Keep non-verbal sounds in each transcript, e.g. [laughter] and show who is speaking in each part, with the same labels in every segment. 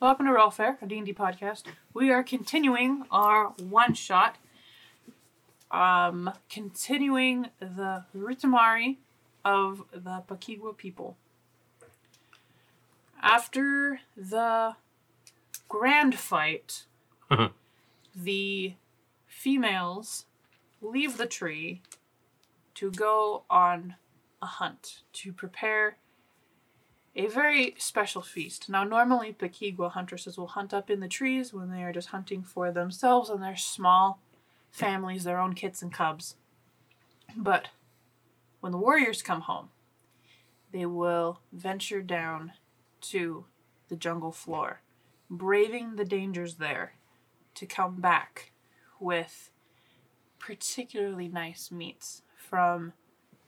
Speaker 1: Welcome to Roll Fair, a D&D podcast. We are continuing our one shot. Um, continuing the Ritamari of the Pakigwa people. After the grand fight, the females leave the tree to go on a hunt to prepare a very special feast. Now, normally Pequigua huntresses will hunt up in the trees when they are just hunting for themselves and their small families, their own kits and cubs. But when the warriors come home, they will venture down to the jungle floor, braving the dangers there to come back with particularly nice meats from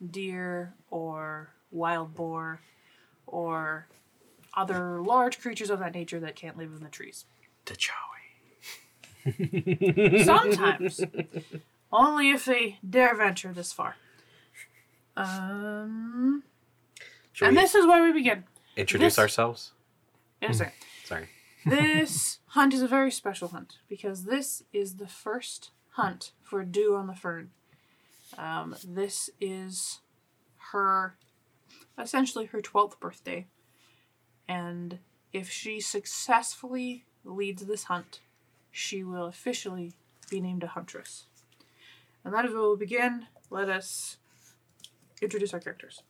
Speaker 1: deer or wild boar or other large creatures of that nature that can't live in the trees.
Speaker 2: T'Chawi.
Speaker 1: Sometimes. Only if they dare venture this far. Um,
Speaker 2: Should
Speaker 1: and
Speaker 2: we
Speaker 1: this is where we begin.
Speaker 2: introduce
Speaker 1: this-
Speaker 2: ourselves?
Speaker 1: In a second.
Speaker 2: Sorry.
Speaker 1: This hunt is a very special hunt because this is the first hunt for Dew on the Fern. Um, this is her, essentially her 12th birthday. And if she successfully leads this hunt, she will officially be named a huntress. And that is where we'll begin. Let us introduce our characters.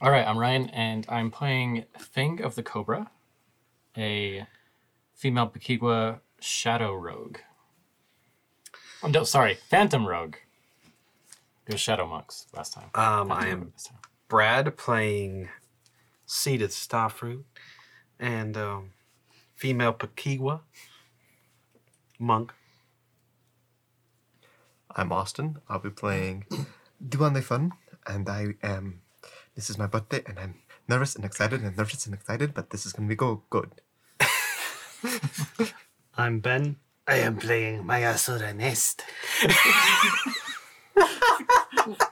Speaker 3: All right, I'm Ryan, and I'm playing Thing of the Cobra, a female Pequigua shadow rogue. Oh, no, sorry, phantom rogue. They were shadow monks last time.
Speaker 2: Um, I
Speaker 3: Phantom
Speaker 2: am
Speaker 3: rogue this time.
Speaker 2: Brad playing Seeded Starfruit and um, female Pakigwa monk.
Speaker 4: I'm Austin. I'll be playing Duan Fun, and I am. This is my birthday, and I'm nervous and excited, and nervous and excited. But this is gonna be go good.
Speaker 5: I'm Ben.
Speaker 6: I am playing Mayasura Nest.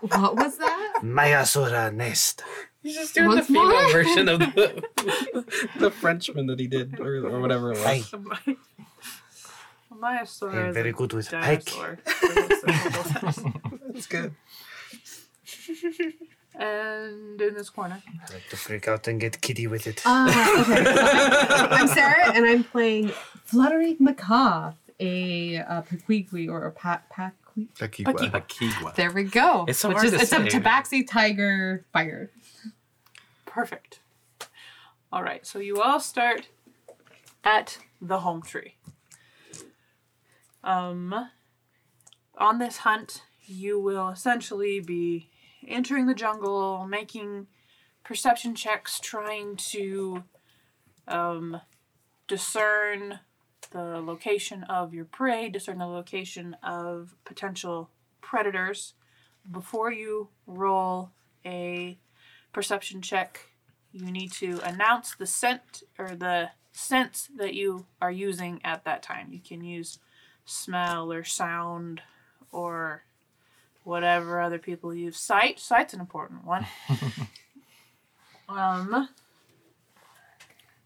Speaker 7: What was that?
Speaker 6: Mayasura Nest.
Speaker 2: He's just
Speaker 7: doing the Once female more? version
Speaker 2: of the, the Frenchman that he did or, or whatever it
Speaker 1: [laughs]
Speaker 6: I
Speaker 1: Amaya Sora
Speaker 6: am
Speaker 1: is a
Speaker 6: very good with
Speaker 1: [laughs]
Speaker 6: pike.
Speaker 1: dinosaur. So
Speaker 2: [laughs] That's good.
Speaker 1: [laughs] and in this corner,
Speaker 6: I like to freak out and get kitty with it.
Speaker 7: Uh, [laughs] okay. I'm Sarah, and I'm playing Fluttery Macaw, a uh, Pequigui or a pa- Paqui.
Speaker 4: Pequigua.
Speaker 2: Pakigwa.
Speaker 7: There we go.
Speaker 2: It's so
Speaker 7: Which
Speaker 2: hard
Speaker 7: is,
Speaker 2: to
Speaker 7: it's a
Speaker 2: say.
Speaker 7: tabaxi tiger fire.
Speaker 1: Perfect. All right, so you all start at the home tree. Um, on this hunt, you will essentially be entering the jungle, making perception checks, trying to um, discern the location of your prey, discern the location of potential predators before you roll a perception check. You need to announce the scent or the sense that you are using at that time. You can use smell or sound or whatever other people use. Sight, sight's an important one. um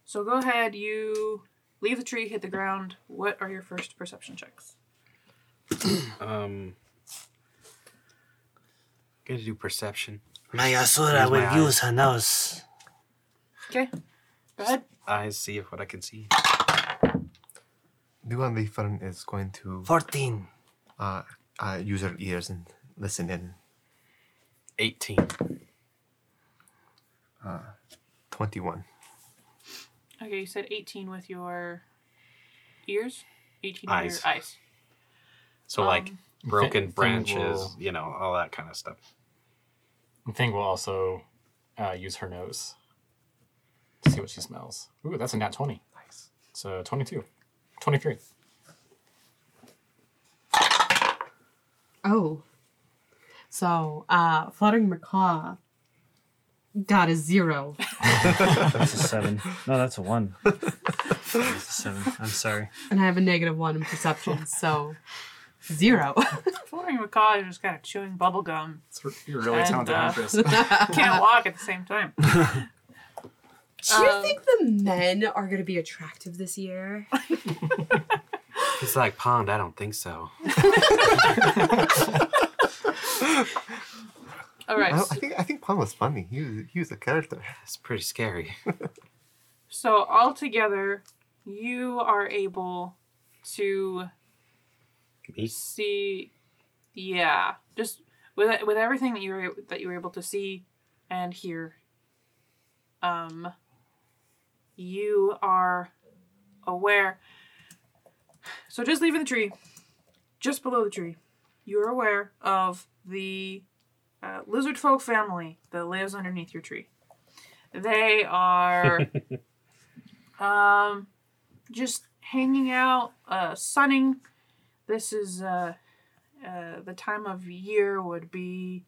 Speaker 1: so go ahead, you leave the tree, hit the ground. What are your first perception checks?
Speaker 2: Um, gotta do perception.
Speaker 6: Mayasura
Speaker 2: Use my
Speaker 6: will
Speaker 2: eyes.
Speaker 6: use her nose.
Speaker 1: Okay. Go ahead.
Speaker 2: Eyes see if what I can see.
Speaker 4: Duan Fun is going to
Speaker 6: 14.
Speaker 4: uh, uh, use her ears and listen in.
Speaker 2: 18.
Speaker 4: Twenty-one.
Speaker 1: Okay, you said 18 with your ears? 18
Speaker 2: Eyes.
Speaker 1: with your eyes.
Speaker 2: So, like,
Speaker 1: Um,
Speaker 3: Thing
Speaker 1: [laughs]
Speaker 2: broken
Speaker 3: will-
Speaker 2: branches, you know, all that kind of stuff.
Speaker 3: And Thing will also uh, use her nose to see what she smells. Ooh, that's a nat 20.
Speaker 4: Nice.
Speaker 3: So 22. 23.
Speaker 7: Oh. So, uh, Fluttering Macaw got a zero.
Speaker 5: That's a seven. No, that's a
Speaker 6: [laughs]
Speaker 5: one. That's a seven. I'm sorry.
Speaker 7: And I have a negative one in [laughs] perception, so [laughs] zero.
Speaker 1: Florian Macaw is just kind of chewing bubble gum.
Speaker 7: [laughs]
Speaker 3: It's, you're really
Speaker 1: And,
Speaker 3: talented
Speaker 1: uh,
Speaker 3: actress.
Speaker 1: Um, Can't walk at the same time.
Speaker 7: Do you think the men are going to be attractive this year?
Speaker 8: He's like, Pond, I don't think so.
Speaker 1: All right.
Speaker 4: I, I think I think Pong was funny. He was he was a character.
Speaker 8: It's pretty
Speaker 1: [laughs]
Speaker 8: scary.
Speaker 1: So altogether, you are able to
Speaker 8: Me?
Speaker 1: see, yeah, just with with everything that you were that you were able to see and hear. Um, you are aware. So just leaving the tree, just below the tree, you are aware of the uh, lizard folk family that lives underneath your tree. They are. Um, just hanging out, uh, sunning. This is uh, uh, the time of year would be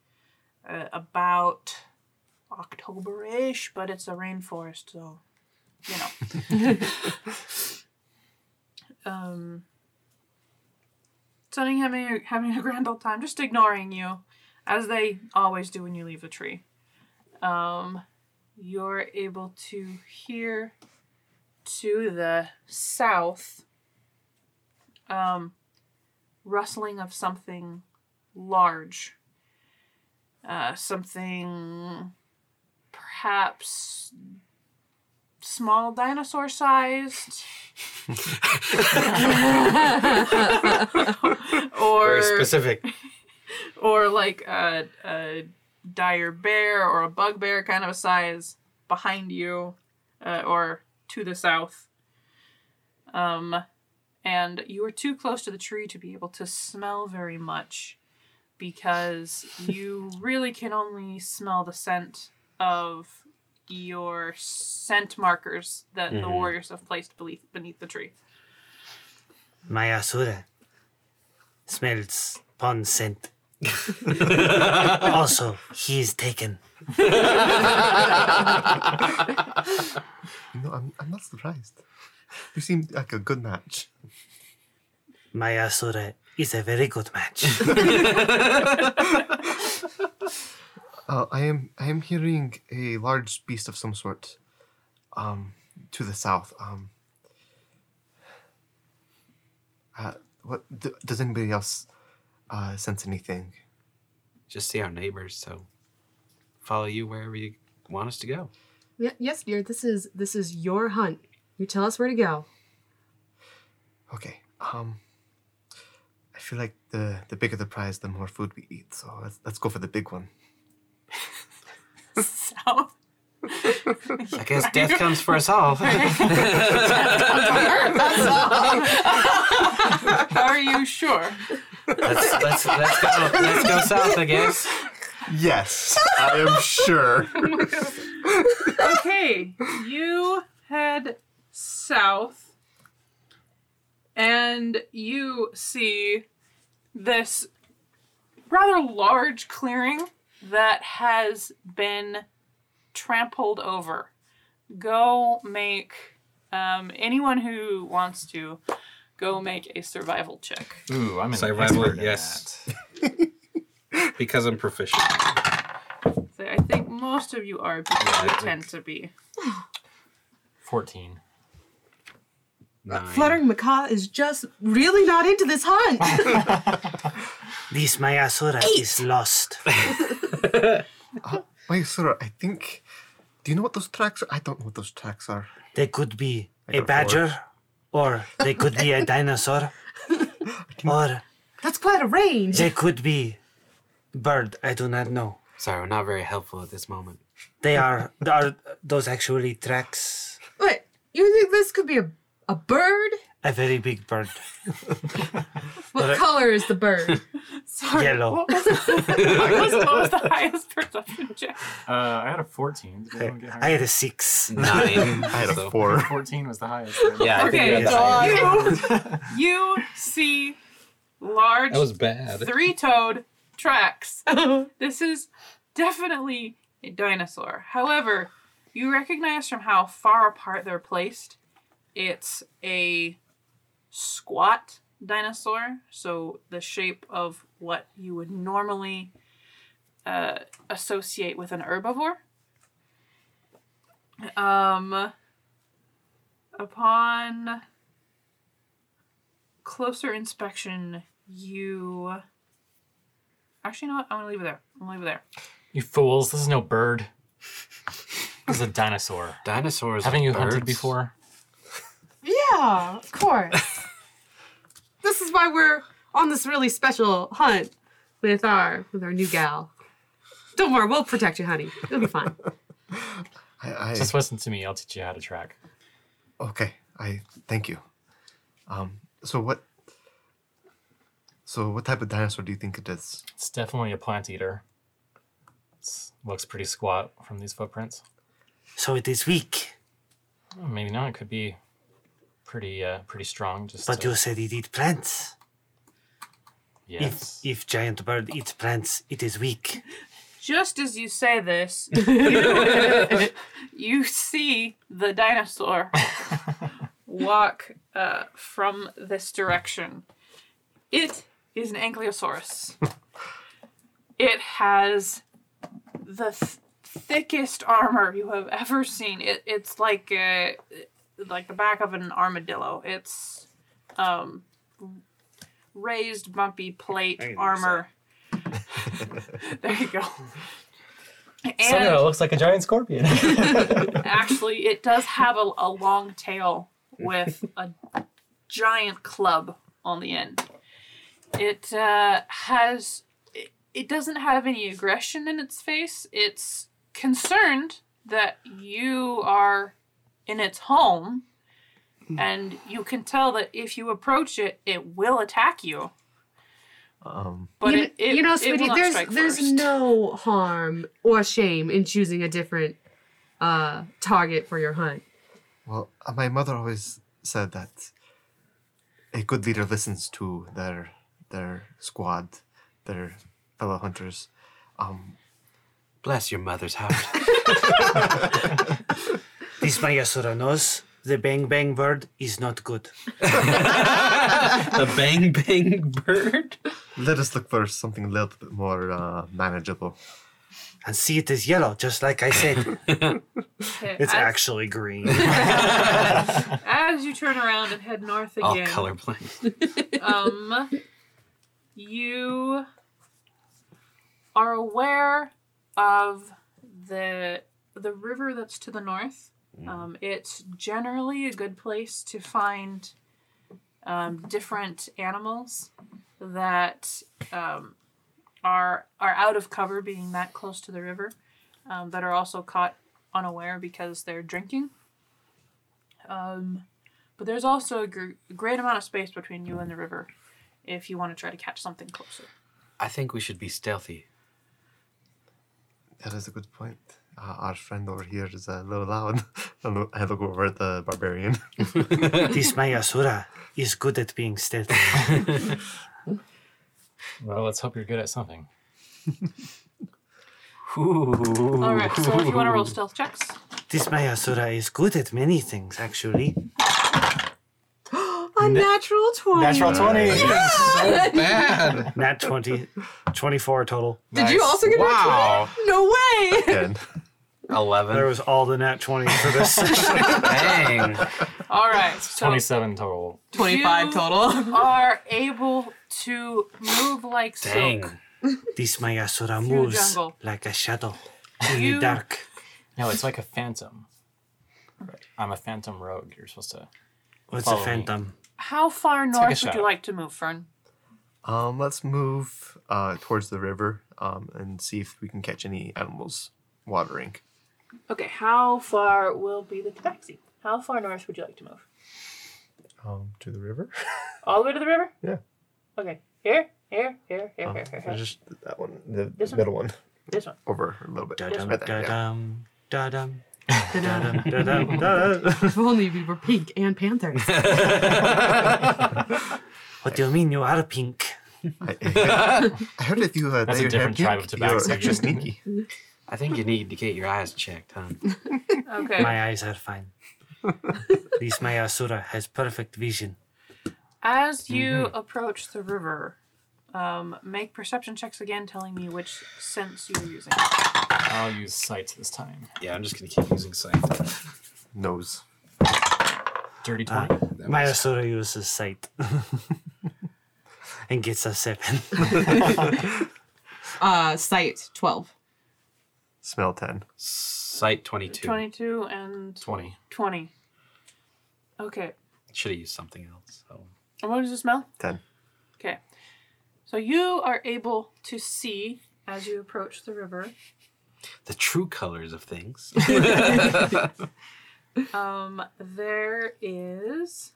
Speaker 1: uh, about October-ish, but it's a rainforest, so you know. um, sunning, having a, having a grand old time, just ignoring you, as they always do when you leave the tree. Um, you're able to hear to the south, um, rustling of something large. Uh, something perhaps small dinosaur
Speaker 8: [laughs]
Speaker 1: sized. or
Speaker 8: Very specific.
Speaker 1: [laughs] or like a, a dire bear or a bugbear kind of a size behind you uh, or to the south. Um, and you are too close to the tree to be able to smell very much because you really can only smell the scent of your scent markers that the warriors have placed beneath, beneath the tree. [laughs]
Speaker 6: My Asura smells
Speaker 5: [laughs]
Speaker 6: pond scent. also, he is taken.
Speaker 4: No, I'm I'm not surprised. You seem like a good match.
Speaker 6: My Asura is a very good match.
Speaker 4: Uh, I am I am hearing a large beast of some sort, um, to the south. Um, uh, what d- does anybody else uh, sense anything?
Speaker 8: Just see our neighbors, so follow you wherever you want us to go.
Speaker 1: [laughs]
Speaker 7: Ye- yes, dear. This is this is your hunt. You tell us where to go.
Speaker 4: Okay. Um, I feel like the the bigger the prize, the more food we eat. So let's let's go for the big one.
Speaker 1: South.
Speaker 8: I guess death comes for
Speaker 1: [laughs]
Speaker 8: us all.
Speaker 1: [laughs] Are you sure?
Speaker 8: let's, let's, let's go. Let's go south, I guess.
Speaker 4: Yes, I am [laughs] sure.
Speaker 1: okay, you head south and you see this rather large clearing that has been trampled over. Go make um, anyone who wants to go make a survival check.
Speaker 3: [laughs] Ooh, I'm an
Speaker 2: Survival,
Speaker 3: expert in
Speaker 2: yes.
Speaker 3: that.
Speaker 2: Because I'm proficient.
Speaker 1: So I think most of you are because you tend to be.
Speaker 3: 14.
Speaker 8: Nine.
Speaker 7: Fluttering macaw is just really not into this hunt. [laughs]
Speaker 6: this my Asura is lost.
Speaker 4: Wait, sir, I think. Do you know what those tracks are? I don't know what those tracks are.
Speaker 6: They could be
Speaker 4: got
Speaker 6: a
Speaker 4: four.
Speaker 6: badger, or they could be
Speaker 1: [laughs]
Speaker 6: a dinosaur, or
Speaker 7: That's quite a range.
Speaker 6: they could be bird. I do not know.
Speaker 8: Sorry, we're not very helpful at this moment.
Speaker 6: They are are those actually tracks?
Speaker 7: Wait, you think this could be a a bird?
Speaker 6: A very big bird,
Speaker 7: What color is the bird? [laughs]
Speaker 1: Sorry.
Speaker 6: Yellow.
Speaker 1: What was, what was- what was the highest perception check?
Speaker 3: Uh, I had a 14. Did [laughs] anyone get higher?
Speaker 6: I had a six.
Speaker 8: Nine.
Speaker 4: I had a
Speaker 8: So-
Speaker 4: four.
Speaker 3: 14 was the highest.
Speaker 2: Yeah.
Speaker 1: Okay, uh,
Speaker 2: that
Speaker 1: you, you see large
Speaker 2: was bad.
Speaker 1: three toed tracks. this is definitely a dinosaur. However, you recognize from how far apart they're placed, it's a squat dinosaur, so the shape of what you would normally uh, associate with an herbivore. Um, upon closer inspection, you. Actually, no. I'm gonna leave it there. I'm gonna leave it there.
Speaker 3: You fools! This is no bird. This is a dinosaur.
Speaker 8: Dinosaurs.
Speaker 3: Haven't
Speaker 8: are
Speaker 3: you
Speaker 8: birds.
Speaker 3: hunted before?
Speaker 7: Yeah, of course. this is why we're on this really special hunt with our with our new gal. Don't worry, we'll protect you, honey. It'll be fine.
Speaker 4: I, I
Speaker 3: Just listen to me. I'll teach you how to track.
Speaker 4: okay. I thank you. Um. So what? So what type of dinosaur do you think it is?
Speaker 3: It's definitely a plant eater. It's, looks pretty squat from these footprints.
Speaker 6: So it is weak.
Speaker 3: Well, maybe not. It could be pretty, uh, pretty strong. Just
Speaker 6: But
Speaker 3: to-
Speaker 6: you said it eats plants.
Speaker 3: yes.
Speaker 6: If if giant bird eats plants, it is weak.
Speaker 1: Just as you say this, you, [laughs] you see the dinosaur walk uh, from this direction. It is an ankylosaurus. it has the th- thickest armor you have ever seen. It, it's like uh like the back of an armadillo. It's um, raised, bumpy plate
Speaker 5: can do
Speaker 1: armor. there you go. And
Speaker 3: Somehow it looks like a giant scorpion. [laughs]
Speaker 1: actually, it does have a, a long tail
Speaker 7: [laughs]
Speaker 1: with a giant club on the end. It uh, has. It, it doesn't have any aggression in its face. It's concerned that you are in its home,
Speaker 7: Hmm.
Speaker 1: and you can tell that if you approach it, it will attack you.
Speaker 4: Um.
Speaker 1: But
Speaker 7: you,
Speaker 1: it, it,
Speaker 7: you know,
Speaker 1: it will
Speaker 7: sweetie,
Speaker 1: not
Speaker 7: there's
Speaker 1: strike
Speaker 7: there's
Speaker 1: first.
Speaker 7: no harm or shame in choosing a different uh, target for your hunt.
Speaker 4: Well, uh, my mother always said that a good leader listens to their their squad, their fellow hunters. Um.
Speaker 8: Bless your mother's
Speaker 1: [laughs]
Speaker 8: heart.
Speaker 6: This Mayasura knows the bang bang bird is not good.
Speaker 5: The bang bang bird.
Speaker 4: Let us look for something a little bit more uh, manageable.
Speaker 6: And see, it is yellow, just like I said.
Speaker 1: Okay,
Speaker 6: It's
Speaker 1: as-
Speaker 6: actually
Speaker 1: [laughs]
Speaker 6: green.
Speaker 1: as you turn around and head north
Speaker 8: All
Speaker 1: again.
Speaker 8: colorblind.
Speaker 1: um, you are aware of the the river that's to the north. Um, it's generally a good place to find um, different animals that um, are are out of cover, being that close to the river, um, that are also caught unaware because they're drinking. Um, but there's also a gr- great amount of space between you and the river if you want to try to catch something closer.
Speaker 8: I think we should be stealthy.
Speaker 4: That is a good point. Uh, our friend over here is a little loud. [laughs] I look I look over at the barbarian.
Speaker 6: this Mayasura is good at being stealthy.
Speaker 3: well, let's hope you're good at something.
Speaker 1: All right, so if you want to roll stealth checks,
Speaker 6: This Mayasura is good at many things, actually.
Speaker 7: A natural twenty.
Speaker 3: Natural twenty.
Speaker 7: [laughs]
Speaker 2: Bad.
Speaker 6: Nat 20, 24 total.
Speaker 7: Did you also get a natural
Speaker 8: Wow.
Speaker 7: 20? No way.
Speaker 4: [laughs] Again,
Speaker 6: There
Speaker 8: 11.
Speaker 6: was all the Nat 20 for
Speaker 1: [laughs]
Speaker 6: this session.
Speaker 8: Dang.
Speaker 1: all right, so
Speaker 3: Twenty-seven total.
Speaker 1: You-
Speaker 7: [laughs] Twenty-five total.
Speaker 1: are able to move like
Speaker 8: Dang.
Speaker 1: silk.
Speaker 6: This Mayasura
Speaker 1: Through
Speaker 6: moves
Speaker 1: jungle.
Speaker 6: like a shadow in
Speaker 1: You-
Speaker 6: the dark.
Speaker 3: No, it's like a phantom. I'm a phantom rogue. You're supposed to.
Speaker 6: What's
Speaker 3: Follow
Speaker 6: a
Speaker 3: me.
Speaker 6: phantom?
Speaker 1: How far north would
Speaker 3: shot.
Speaker 1: you like to move, Fern?
Speaker 4: um, let's move uh, towards the river um, and see if we can catch any animals watering.
Speaker 1: Okay, how far will be the tabaxi? How far north would you like to move?
Speaker 4: Um, to the river?
Speaker 1: All the way to the river?
Speaker 4: Yeah.
Speaker 1: Okay, here, here, here, here, here, here,
Speaker 4: Or
Speaker 1: here.
Speaker 4: Oh, just that one, the
Speaker 1: This one?
Speaker 4: middle one.
Speaker 1: This one.
Speaker 4: over a little bit.
Speaker 6: Da-dum,
Speaker 4: Right there, yeah.
Speaker 6: da-dum,
Speaker 1: [laughs]
Speaker 6: da-dum, da-dum, da-dum, da-dum.
Speaker 7: [laughs] if only we were pink and panthers.
Speaker 6: What do you mean you are pink?
Speaker 4: I, [laughs] I heard- I heard if you
Speaker 3: [laughs]
Speaker 4: uh,
Speaker 3: That's
Speaker 4: dye
Speaker 3: a
Speaker 4: your
Speaker 3: different
Speaker 4: hair
Speaker 3: tribe of
Speaker 4: pink, you're
Speaker 3: Tabaxi. [laughs]
Speaker 4: extra sneaky.
Speaker 8: I think you need to get your eyes checked, huh?
Speaker 1: Okay.
Speaker 6: My eyes
Speaker 1: [laughs]
Speaker 6: are fine. this Mayasura has perfect vision.
Speaker 1: As you
Speaker 4: Mm-hmm.
Speaker 1: approach the river, um, make perception checks again, telling me which sense you're using.
Speaker 3: I'll use sights this time.
Speaker 8: Yeah, I'm just gonna keep using sight.
Speaker 4: Nose.
Speaker 3: Dirty 20.
Speaker 6: Myosaur
Speaker 5: [laughs]
Speaker 6: uses sight. and gets a seven.
Speaker 7: Uh, sight 12.
Speaker 4: Smell 10.
Speaker 8: Sight 22.
Speaker 1: 22 and
Speaker 3: 20.
Speaker 1: 20. Okay.
Speaker 8: Should have used something else. So.
Speaker 1: And what does it smell?
Speaker 4: 10.
Speaker 1: Okay. So you are able to see as you approach the river.
Speaker 8: The true colors of
Speaker 1: [laughs]
Speaker 8: things.
Speaker 1: Um, there is.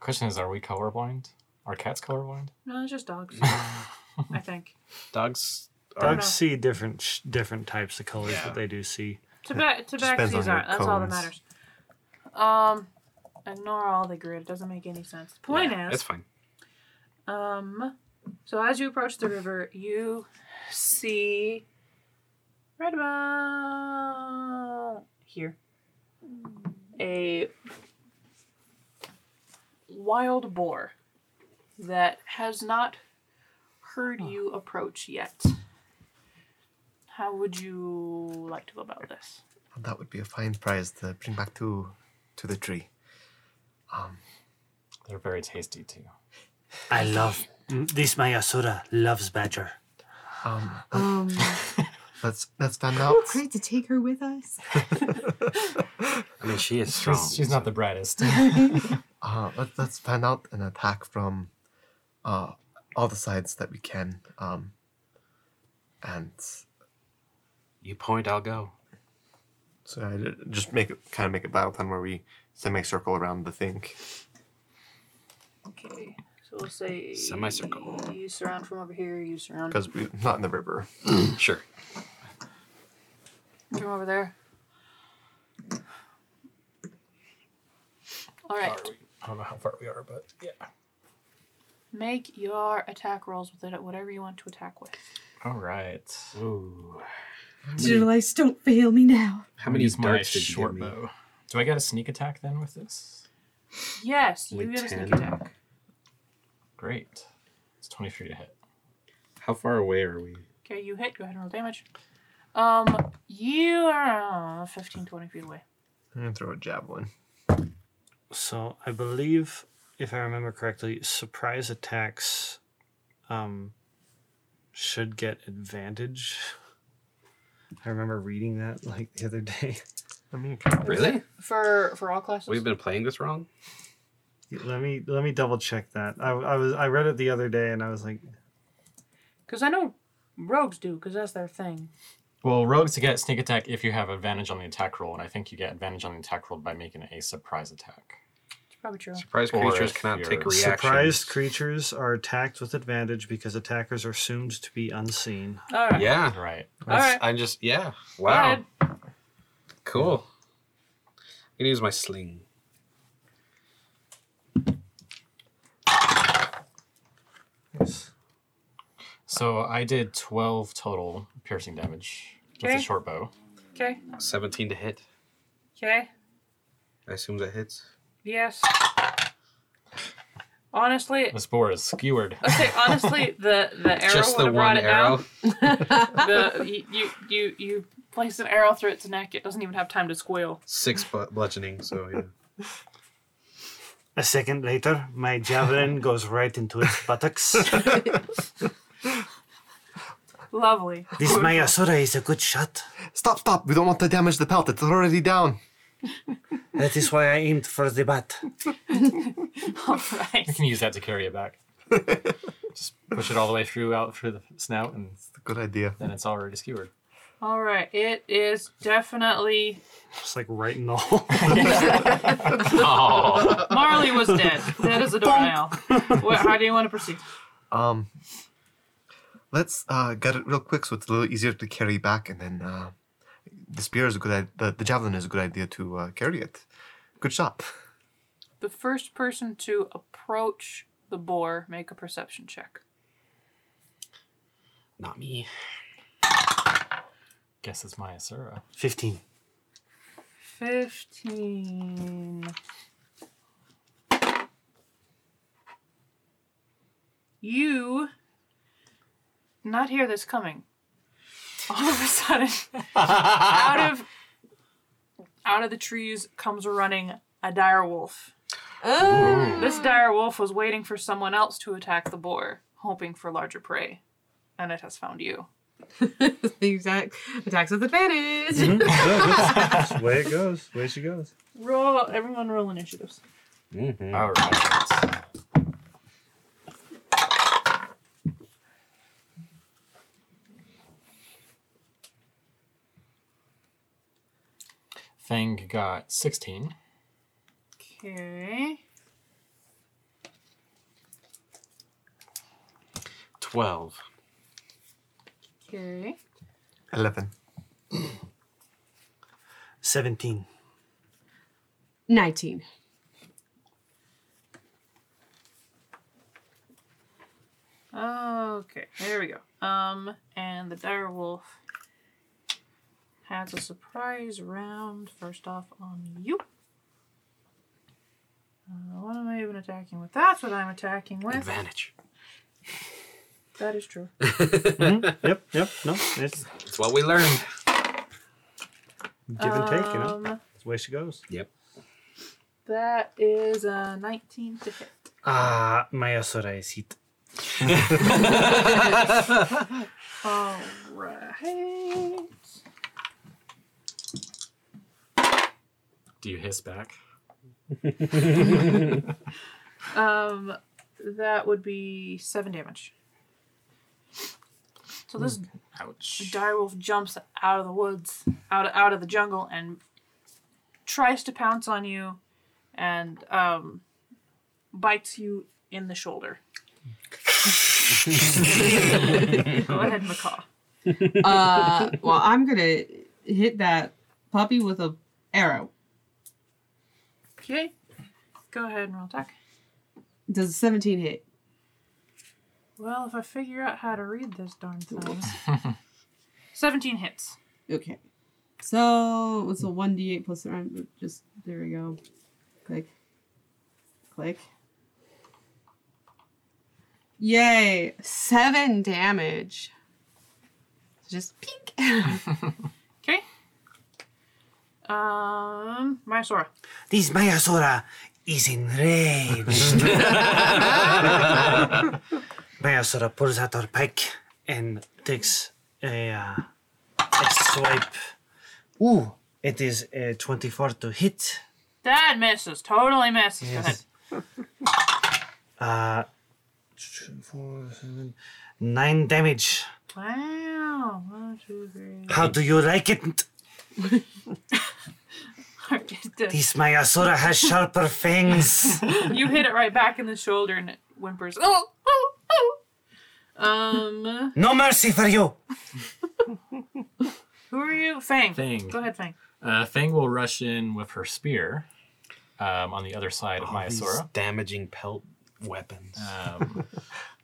Speaker 3: Question is, are we colorblind? Are cats colorblind?
Speaker 1: No, it's just dogs. I
Speaker 4: [laughs]
Speaker 1: think.
Speaker 8: Dogs are
Speaker 1: know.
Speaker 5: Dogs see different sh- different types of colors, but they do see.
Speaker 1: Taba-
Speaker 4: depends on
Speaker 1: tabaxis
Speaker 4: your
Speaker 1: aren't. That's all that matters.
Speaker 4: cones.
Speaker 1: Um, ignore all the grid. It doesn't make any sense. The point
Speaker 8: Yeah,
Speaker 1: is,
Speaker 8: It's fine.
Speaker 1: Um, so as you approach the river, you see right about here a wild boar that has not heard you approach yet. How would you like to go about this?
Speaker 4: That would be a fine prize to bring back to to the tree.
Speaker 3: They're very tasty too.
Speaker 6: I love this Mayasura loves badger.
Speaker 4: Um,
Speaker 7: Um,
Speaker 4: let's let's find out.
Speaker 7: great to take her with us.
Speaker 8: I mean, she is strong.
Speaker 3: She's, she's not the
Speaker 8: [laughs]
Speaker 3: brightest. [laughs]
Speaker 4: Uh, let, let's find out and attack from uh, all the sides that we can. Um, and
Speaker 8: You point, I'll go.
Speaker 4: so I just make it kind of make a battle plan where we semicircle around the thing.
Speaker 1: Okay, so we'll say
Speaker 8: Semicircle.
Speaker 1: You surround from over here. You surround
Speaker 4: because we're not in the river.
Speaker 8: Sure.
Speaker 1: from over there. All right.
Speaker 3: I don't know how far we are, but yeah.
Speaker 1: Make your attack rolls with it, whatever you want to attack with.
Speaker 3: All right. Ooh.
Speaker 7: Generalize, don't fail me now.
Speaker 8: How many
Speaker 3: Use my
Speaker 8: darts did you
Speaker 3: short
Speaker 8: give me?
Speaker 3: bow? Do I get a sneak attack then with this?
Speaker 1: Yes, you
Speaker 8: Like
Speaker 1: get a sneak
Speaker 8: 10?
Speaker 1: attack.
Speaker 3: Great. It's 23 to hit.
Speaker 8: How far away are we?
Speaker 1: Okay, you hit. Go ahead and roll damage. Um, you are uh, 15, 20 feet away.
Speaker 4: I'm gonna throw a javelin.
Speaker 5: So I believe, if I remember correctly, surprise attacks, um, should get advantage. I remember reading that like the other day. [laughs]
Speaker 4: I mean,
Speaker 8: Really?
Speaker 1: For for all classes.
Speaker 8: We've been playing this wrong?
Speaker 5: Let me let me double check that. I, I was I read it the other day and I was like,
Speaker 1: Because I know rogues do, because that's their thing.
Speaker 3: Well, rogues to get sneak attack if you have advantage on the attack roll, and I think you get advantage on the attack roll by making a surprise attack.
Speaker 1: It's probably true.
Speaker 8: Surprise
Speaker 3: Or
Speaker 8: creatures
Speaker 3: if
Speaker 8: cannot
Speaker 3: you're
Speaker 8: take reactions.
Speaker 5: surprised creatures are attacked with advantage because attackers are assumed to be unseen.
Speaker 1: All right.
Speaker 8: Yeah.
Speaker 3: Right.
Speaker 1: All right.
Speaker 8: I just yeah.
Speaker 1: Go
Speaker 8: Wow.
Speaker 1: ahead.
Speaker 8: Cool. I'm gonna use my sling.
Speaker 3: So I did 12 total piercing damage with
Speaker 1: Okay.
Speaker 3: the short bow.
Speaker 1: Okay.
Speaker 8: Seventeen to hit.
Speaker 1: Okay.
Speaker 8: I assume that hits.
Speaker 1: Yes. Honestly,
Speaker 8: [laughs]
Speaker 3: This boar is skewered.
Speaker 1: Okay, honestly, the the arrow
Speaker 8: just
Speaker 1: would
Speaker 8: the
Speaker 1: have brought it
Speaker 8: one arrow.
Speaker 1: down. [laughs] The you, you you you place an arrow through its neck; it doesn't even have time to squeal.
Speaker 8: Six bu- bludgeoning. So
Speaker 3: [laughs]
Speaker 8: yeah.
Speaker 6: A second later, my
Speaker 5: [laughs]
Speaker 6: javelin goes right into its buttocks.
Speaker 1: Lovely.
Speaker 6: this Mayasura is a good shot.
Speaker 4: stop, stop! We don't want to damage the pelt. It's already down.
Speaker 6: That is why I aimed for the butt.
Speaker 1: [laughs] All right.
Speaker 3: You can use that to carry it [laughs] back. Just push it all the way through out through the snout, and
Speaker 4: It's a good idea.
Speaker 3: then it's already skewered.
Speaker 1: All right. It is definitely
Speaker 5: Just like right
Speaker 6: [laughs]
Speaker 5: in the hole.
Speaker 8: Oh.
Speaker 1: Marley [laughs] was dead. Dead as a doornail. What, how do you want to proceed?
Speaker 4: Um, let's uh, get it real quick so it's a little easier to carry back, and then uh, the spear is a good. idea. The, the javelin is a good idea to uh, carry it. Good shot.
Speaker 1: The first person to approach the boar make a perception check.
Speaker 8: Not me.
Speaker 3: [laughs] Guess it's my Asura.
Speaker 6: 15.
Speaker 1: Fifteen. You not hear this coming. all of a sudden out of out of the trees comes running a dire wolf.
Speaker 7: Oh. [laughs]
Speaker 1: This dire wolf was waiting for someone else to attack the boar, hoping for larger prey. And it has found you.
Speaker 7: the exact attacks with advantage. [laughs]
Speaker 5: that's the way it goes. The way she goes.
Speaker 1: Roll everyone roll initiatives.
Speaker 8: Mm-hmm.
Speaker 3: All right. Fang got 16.
Speaker 1: Okay.
Speaker 8: 12.
Speaker 1: Okay.
Speaker 4: 11.
Speaker 5: 17.
Speaker 7: 19.
Speaker 1: Okay. There we go. Um and the dire wolf has a surprise round first off on you. Uh, what am I even attacking with? That's what I'm attacking with.
Speaker 8: Advantage. [laughs]
Speaker 1: That is true.
Speaker 5: Hmm?
Speaker 3: Mm-hmm.
Speaker 5: Yep, yep. No, it's
Speaker 8: That's what we learned.
Speaker 5: give and take, you know?
Speaker 1: Um,
Speaker 5: That's the way she goes.
Speaker 1: That is a 19 to hit.
Speaker 5: Ah, my Asura is hit.
Speaker 1: All right.
Speaker 3: Do you hiss back?
Speaker 1: Um, that would be seven damage. So this
Speaker 3: Ouch.
Speaker 1: direwolf jumps out of the woods, out out of the jungle, and tries to pounce on you, and um, bites you in the shoulder. Go ahead, Macaw.
Speaker 7: Uh, well, I'm going to hit that puppy with a arrow.
Speaker 1: Okay. Go ahead and roll attack.
Speaker 7: Does a 17 hit?
Speaker 1: Well, if I figure out how to read this darn thing. 17 hits.
Speaker 7: Okay. So it's a 1d8 plus around. Just there we go. Click. Click. Yay! Seven damage. Just peek. [laughs]
Speaker 1: Okay. Um, Mysora.
Speaker 6: This Mayasura is enraged. Mayasura pulls out her pike and takes a, uh, a swipe. Ooh, it is a 24 to hit.
Speaker 1: That misses. Totally misses. Go ahead.
Speaker 6: Uh, two, four, seven, nine damage.
Speaker 1: Wow. One, two, three. [laughs]
Speaker 6: How do you like it?
Speaker 1: [laughs]
Speaker 6: This Mayasura has sharper fangs.
Speaker 1: you hit it right back in the shoulder and it whimpers. Oh, oh, oh. Um,
Speaker 6: No mercy for you.
Speaker 1: who are you? Fang.
Speaker 3: Fang.
Speaker 1: Go ahead, Fang.
Speaker 3: Uh, Fang will rush in with her spear um, on the other side of
Speaker 8: All these
Speaker 3: Myasora.
Speaker 8: damaging pelt weapons.
Speaker 3: Um,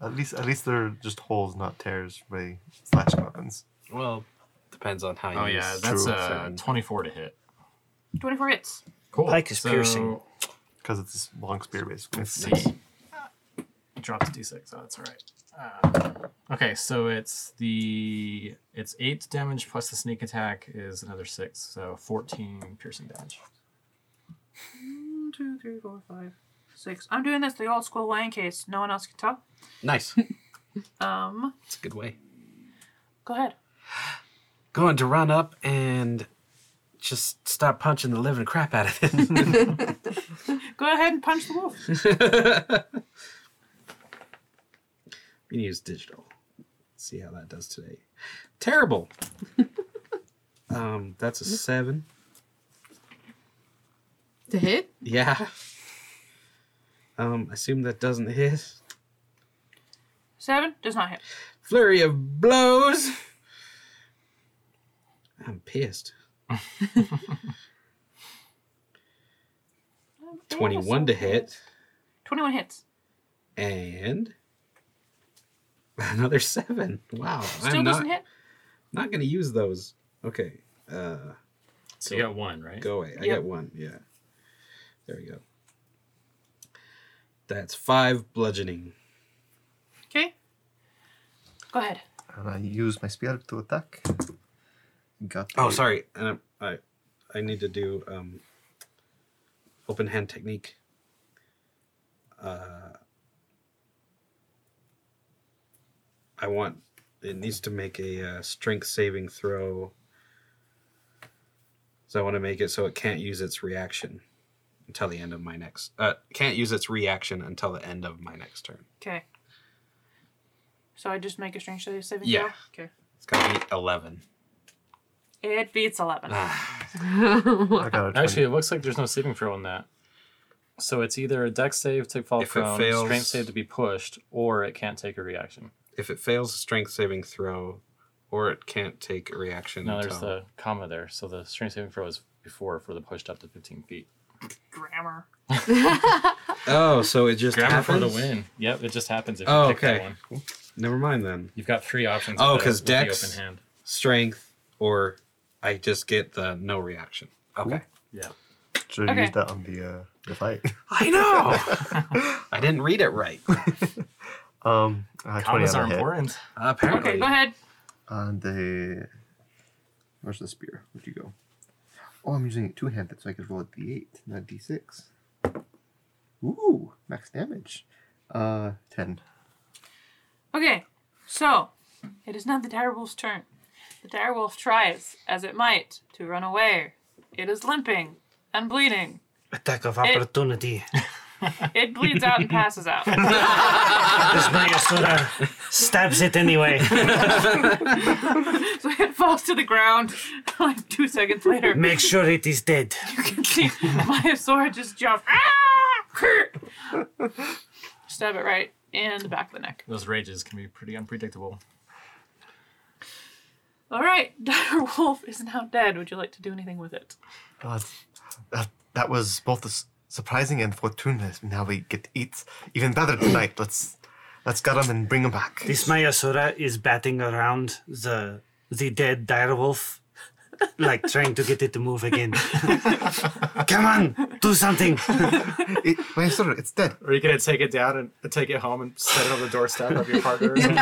Speaker 4: At least, at least they're just holes, not tears by slash weapons.
Speaker 8: well, depends on how you
Speaker 3: oh, yeah,
Speaker 8: use
Speaker 3: that's
Speaker 4: true,
Speaker 3: uh,
Speaker 4: sorry.
Speaker 3: 24 to hit.
Speaker 1: 24 hits.
Speaker 3: Cool.
Speaker 5: Pike is piercing.
Speaker 4: Because it's a long spear, basically.
Speaker 3: Let's see. Drops d6. Oh, that's all right. Uh, okay, so it's the it's eight damage plus the sneak attack is another six, so fourteen piercing damage.
Speaker 1: One, two, three, four, five, six. I'm doing this the old school way in case no one else can tell.
Speaker 3: [laughs]
Speaker 8: Nice.
Speaker 1: Um,
Speaker 8: It's a good way.
Speaker 1: go ahead.
Speaker 8: Going to run up and just start punching the living crap out of
Speaker 3: [laughs]
Speaker 8: it.
Speaker 1: Go ahead and punch the wolf.
Speaker 8: We can use digital. See how that does today.
Speaker 3: [laughs]
Speaker 8: Terrible. um, that's a seven.
Speaker 7: to hit? [laughs]
Speaker 8: Yeah. Um, I assume that doesn't hit.
Speaker 1: Seven does not hit.
Speaker 8: Flurry of blows. I'm pissed. 21 to hit
Speaker 1: 21 hits.
Speaker 8: and another 7. Wow.
Speaker 1: Still
Speaker 8: I'm not,
Speaker 1: doesn't hit.
Speaker 8: not going to use those. Okay. Uh
Speaker 3: So you got one, right?
Speaker 8: go away. I
Speaker 1: Yep.
Speaker 8: got one. Yeah. There we go. That's 5 bludgeoning.
Speaker 1: Okay. Go ahead.
Speaker 4: and I use my spear to attack. Got
Speaker 9: Oh,
Speaker 4: a-
Speaker 9: sorry. And I, I, I need to do um, open hand technique. Uh, I want it needs to make a uh, strength saving throw. So I want to make it so it can't use its reaction until the end of my next. Uh, can't use its reaction until the end of my next turn.
Speaker 1: Okay. So I just make a strength saving throw?
Speaker 9: Yeah.
Speaker 1: Okay.
Speaker 9: It's got to be eleven.
Speaker 1: It beats 11.
Speaker 8: Ah.
Speaker 4: I got a
Speaker 3: Actually, it looks like there's no saving throw on that. So it's either a deck save to fall
Speaker 9: If it
Speaker 3: prone,
Speaker 9: fails-
Speaker 3: strength save to be pushed, or it can't take a reaction.
Speaker 9: If it fails a strength saving throw, or it can't take a reaction.
Speaker 3: No, there's
Speaker 9: until-
Speaker 3: the comma there. So the strength saving throw is before for the pushed up to 15 feet.
Speaker 1: Grammar.
Speaker 9: Oh, so it just
Speaker 3: Grammar for the
Speaker 9: happens?
Speaker 3: win. Yep, it just happens if
Speaker 9: Oh,
Speaker 3: you pick that
Speaker 9: okay.
Speaker 3: one.
Speaker 9: Never mind then.
Speaker 3: You've got three options.
Speaker 9: Oh,
Speaker 3: with the-
Speaker 9: 'cause
Speaker 3: with the
Speaker 9: dex-
Speaker 3: open hand.
Speaker 9: Strength, or I just get the no reaction. Okay.
Speaker 4: Should
Speaker 1: Okay.
Speaker 4: use that on the uh, the fight. [laughs]
Speaker 5: I know.
Speaker 1: [laughs]
Speaker 9: I didn't read it right.
Speaker 4: Um, uh, twenty
Speaker 3: Commas are
Speaker 4: on the hit,
Speaker 3: important.
Speaker 9: Apparently.
Speaker 1: Okay, go ahead.
Speaker 4: and the where's the spear? Where'd you go? Oh, I'm using it two handed, so I could roll a d8, not d6. Ooh, max damage. Uh, ten.
Speaker 1: Okay, so it is not the direwolf's turn. The direwolf tries, as it might, to run away. It is limping and bleeding.
Speaker 6: Attack of opportunity.
Speaker 1: It bleeds out and passes out. [laughs]
Speaker 6: this Mayasura stabs it anyway.
Speaker 1: so it falls to the ground [laughs] like two seconds later. [laughs]
Speaker 6: [laughs] Make sure it is dead.
Speaker 1: See, my sword just jumped. [laughs] Stab it right in the back of the neck.
Speaker 3: Those rages can be pretty unpredictable.
Speaker 1: All right, [laughs] Dire Wolf is now dead. Would you like to do anything with it?
Speaker 4: God, that, that was both s- surprising and fortuitous. Now we get to eat even better tonight. let's let's get them and bring them back.
Speaker 6: This Mayasura is batting around the the dead direwolf, like trying to get it to move again. [laughs] Come on, do something. [laughs]
Speaker 4: it, my sword, it's dead.
Speaker 3: Or you could take it down and uh, take it home and set it on the doorstep of your partner. or something.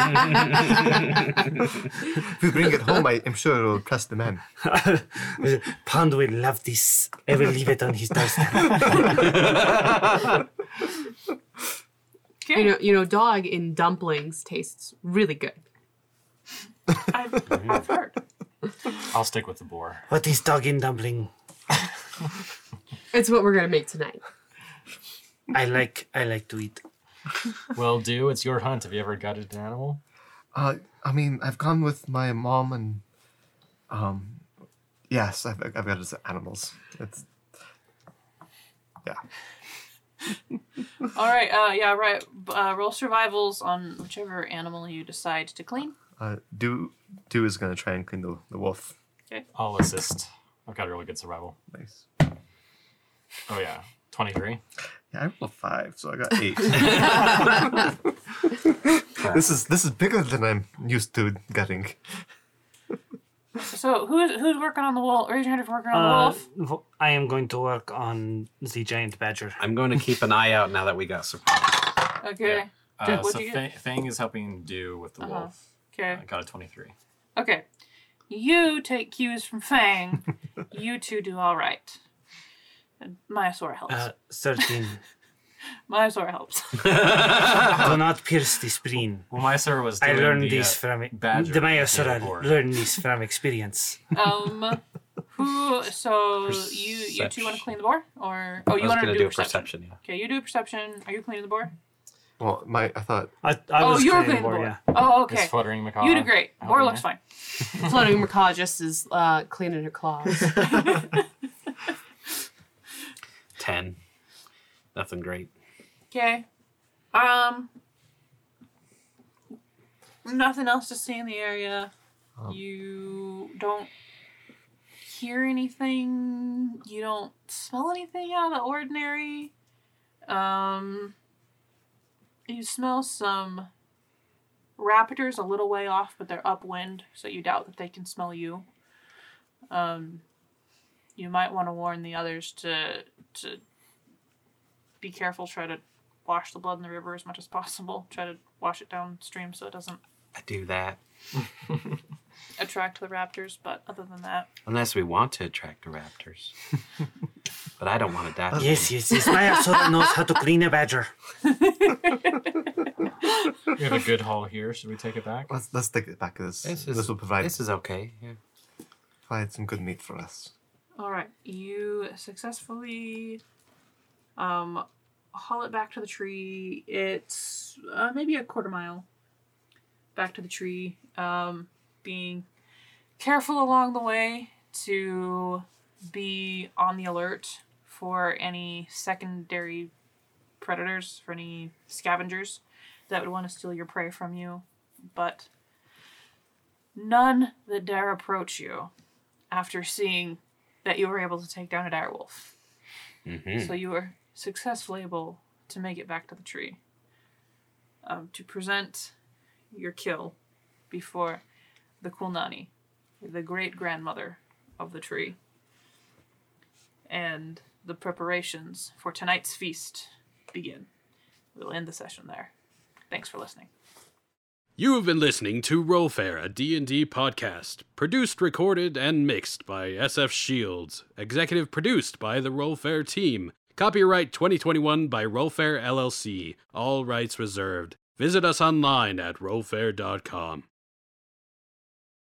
Speaker 4: If you bring it home, I am sure it will impress the man.
Speaker 6: Pond will love this. I will leave it on his doorstep.
Speaker 7: You know, you know, dog in dumplings tastes really good.
Speaker 1: I've, I've heard.
Speaker 3: I'll stick with the boar.
Speaker 6: What is dog in dumpling?
Speaker 7: It's what we're gonna make tonight.
Speaker 6: I like I like to eat.
Speaker 3: Well, do. It's your hunt. Have you ever gutted an animal?
Speaker 4: Uh, I mean, I've gone with my mom and, um, yes, I've, I've got his animals. It's yeah,
Speaker 1: All right, uh, yeah, right. Uh, roll survivals on whichever animal you decide to clean.
Speaker 4: uh, do do is gonna try and clean the, the wolf.
Speaker 3: I'll assist. I've got a really good survival.
Speaker 4: Nice.
Speaker 3: Oh, yeah. 23.
Speaker 4: Yeah, I rolled a five, so I got eight.
Speaker 9: [laughs]
Speaker 4: this is this is bigger than I'm used to getting.
Speaker 1: So who's who's working on the wolf? Raise your hand if you're working on the
Speaker 6: Uh,
Speaker 1: wolf.
Speaker 6: vo- I am going to work on the giant badger.
Speaker 9: I'm going to keep an eye out now that we got surprised.
Speaker 1: Okay.
Speaker 3: Uh,
Speaker 1: what'd
Speaker 3: so
Speaker 1: you Uh-huh.
Speaker 3: Fang, Fang is helping do with the wolf.
Speaker 1: Okay.
Speaker 3: I got a 23.
Speaker 1: Okay. You take cues from Fang.
Speaker 6: [laughs]
Speaker 1: you two do all right. And Myosaur helps.
Speaker 6: Uh, Thirteen.
Speaker 1: Myosaur
Speaker 6: [laughs]
Speaker 1: helps.
Speaker 6: Do not pierce
Speaker 3: [laughs]
Speaker 6: the spleen.
Speaker 3: Well, my sir was
Speaker 6: I
Speaker 3: doing
Speaker 6: learned
Speaker 3: the,
Speaker 6: this
Speaker 3: uh,
Speaker 6: from e-
Speaker 3: badger
Speaker 6: the
Speaker 3: yeah, or-
Speaker 6: Mayasura learned this from experience.
Speaker 1: um, who? So you you two want
Speaker 9: Perception.
Speaker 1: to clean the board, or oh,
Speaker 9: I
Speaker 1: you
Speaker 9: was
Speaker 1: want
Speaker 9: going to
Speaker 1: to do, a perception?
Speaker 9: yeah.
Speaker 1: Okay, you do a perception. Are you cleaning the board?
Speaker 4: Well, my I thought
Speaker 6: I, I
Speaker 1: oh,
Speaker 6: was
Speaker 1: you're
Speaker 6: cleaning
Speaker 1: cleaning
Speaker 6: the
Speaker 1: the
Speaker 6: board,
Speaker 1: board.
Speaker 6: yeah.
Speaker 1: Oh,
Speaker 3: Is
Speaker 1: okay.
Speaker 3: fluttering macaw.
Speaker 1: You did great.
Speaker 3: out
Speaker 1: Board
Speaker 3: in
Speaker 1: looks
Speaker 3: there?
Speaker 1: fine.
Speaker 7: Floating macaw just is uh, cleaning her claws.
Speaker 9: 10. Nothing great.
Speaker 1: Okay. Um. Nothing else to see in the area. you don't hear anything. You don't smell anything out of the ordinary. Um. You smell some raptors a little way off, but they're upwind, so you doubt that they can smell you. Um. You might want to warn the others to to be careful. Try to wash the blood in the river as much as possible. Try to wash it downstream so it doesn't
Speaker 9: I do that.
Speaker 1: attract the raptors, but other than that,
Speaker 9: Unless we want to attract the
Speaker 1: [laughs]
Speaker 9: raptors. but I don't want to die. to
Speaker 6: Yes,
Speaker 9: them.
Speaker 6: yes, yes. My Apsora knows how to clean a badger.
Speaker 1: [laughs]
Speaker 3: We have a good haul here. Should we take it back?
Speaker 4: Let's let's take it back. This this,
Speaker 9: This is,
Speaker 4: will provide
Speaker 9: This is okay. Yeah.
Speaker 4: provide some good meat for us.
Speaker 1: all right, you successfully um, haul it back to the tree. It's uh, maybe a quarter mile back to the tree, um, being careful along the way to be on the alert for any secondary predators, for any scavengers that would want to steal your prey from you, but none that dare approach you after seeing that you were able to take down a direwolf. So you were successfully able to make it back to the tree um, to present your kill before the Kulnani, the great grandmother of the tree, and the preparations for tonight's feast begin. We'll end the session there. Thanks for listening.
Speaker 10: You have been listening to Rollfair, a D&D podcast, produced, recorded, and mixed by SF Shields, executive produced by the Rollfair team. Copyright 2021 by Rollfair LLC, all rights reserved. Visit us online at rollfair.com.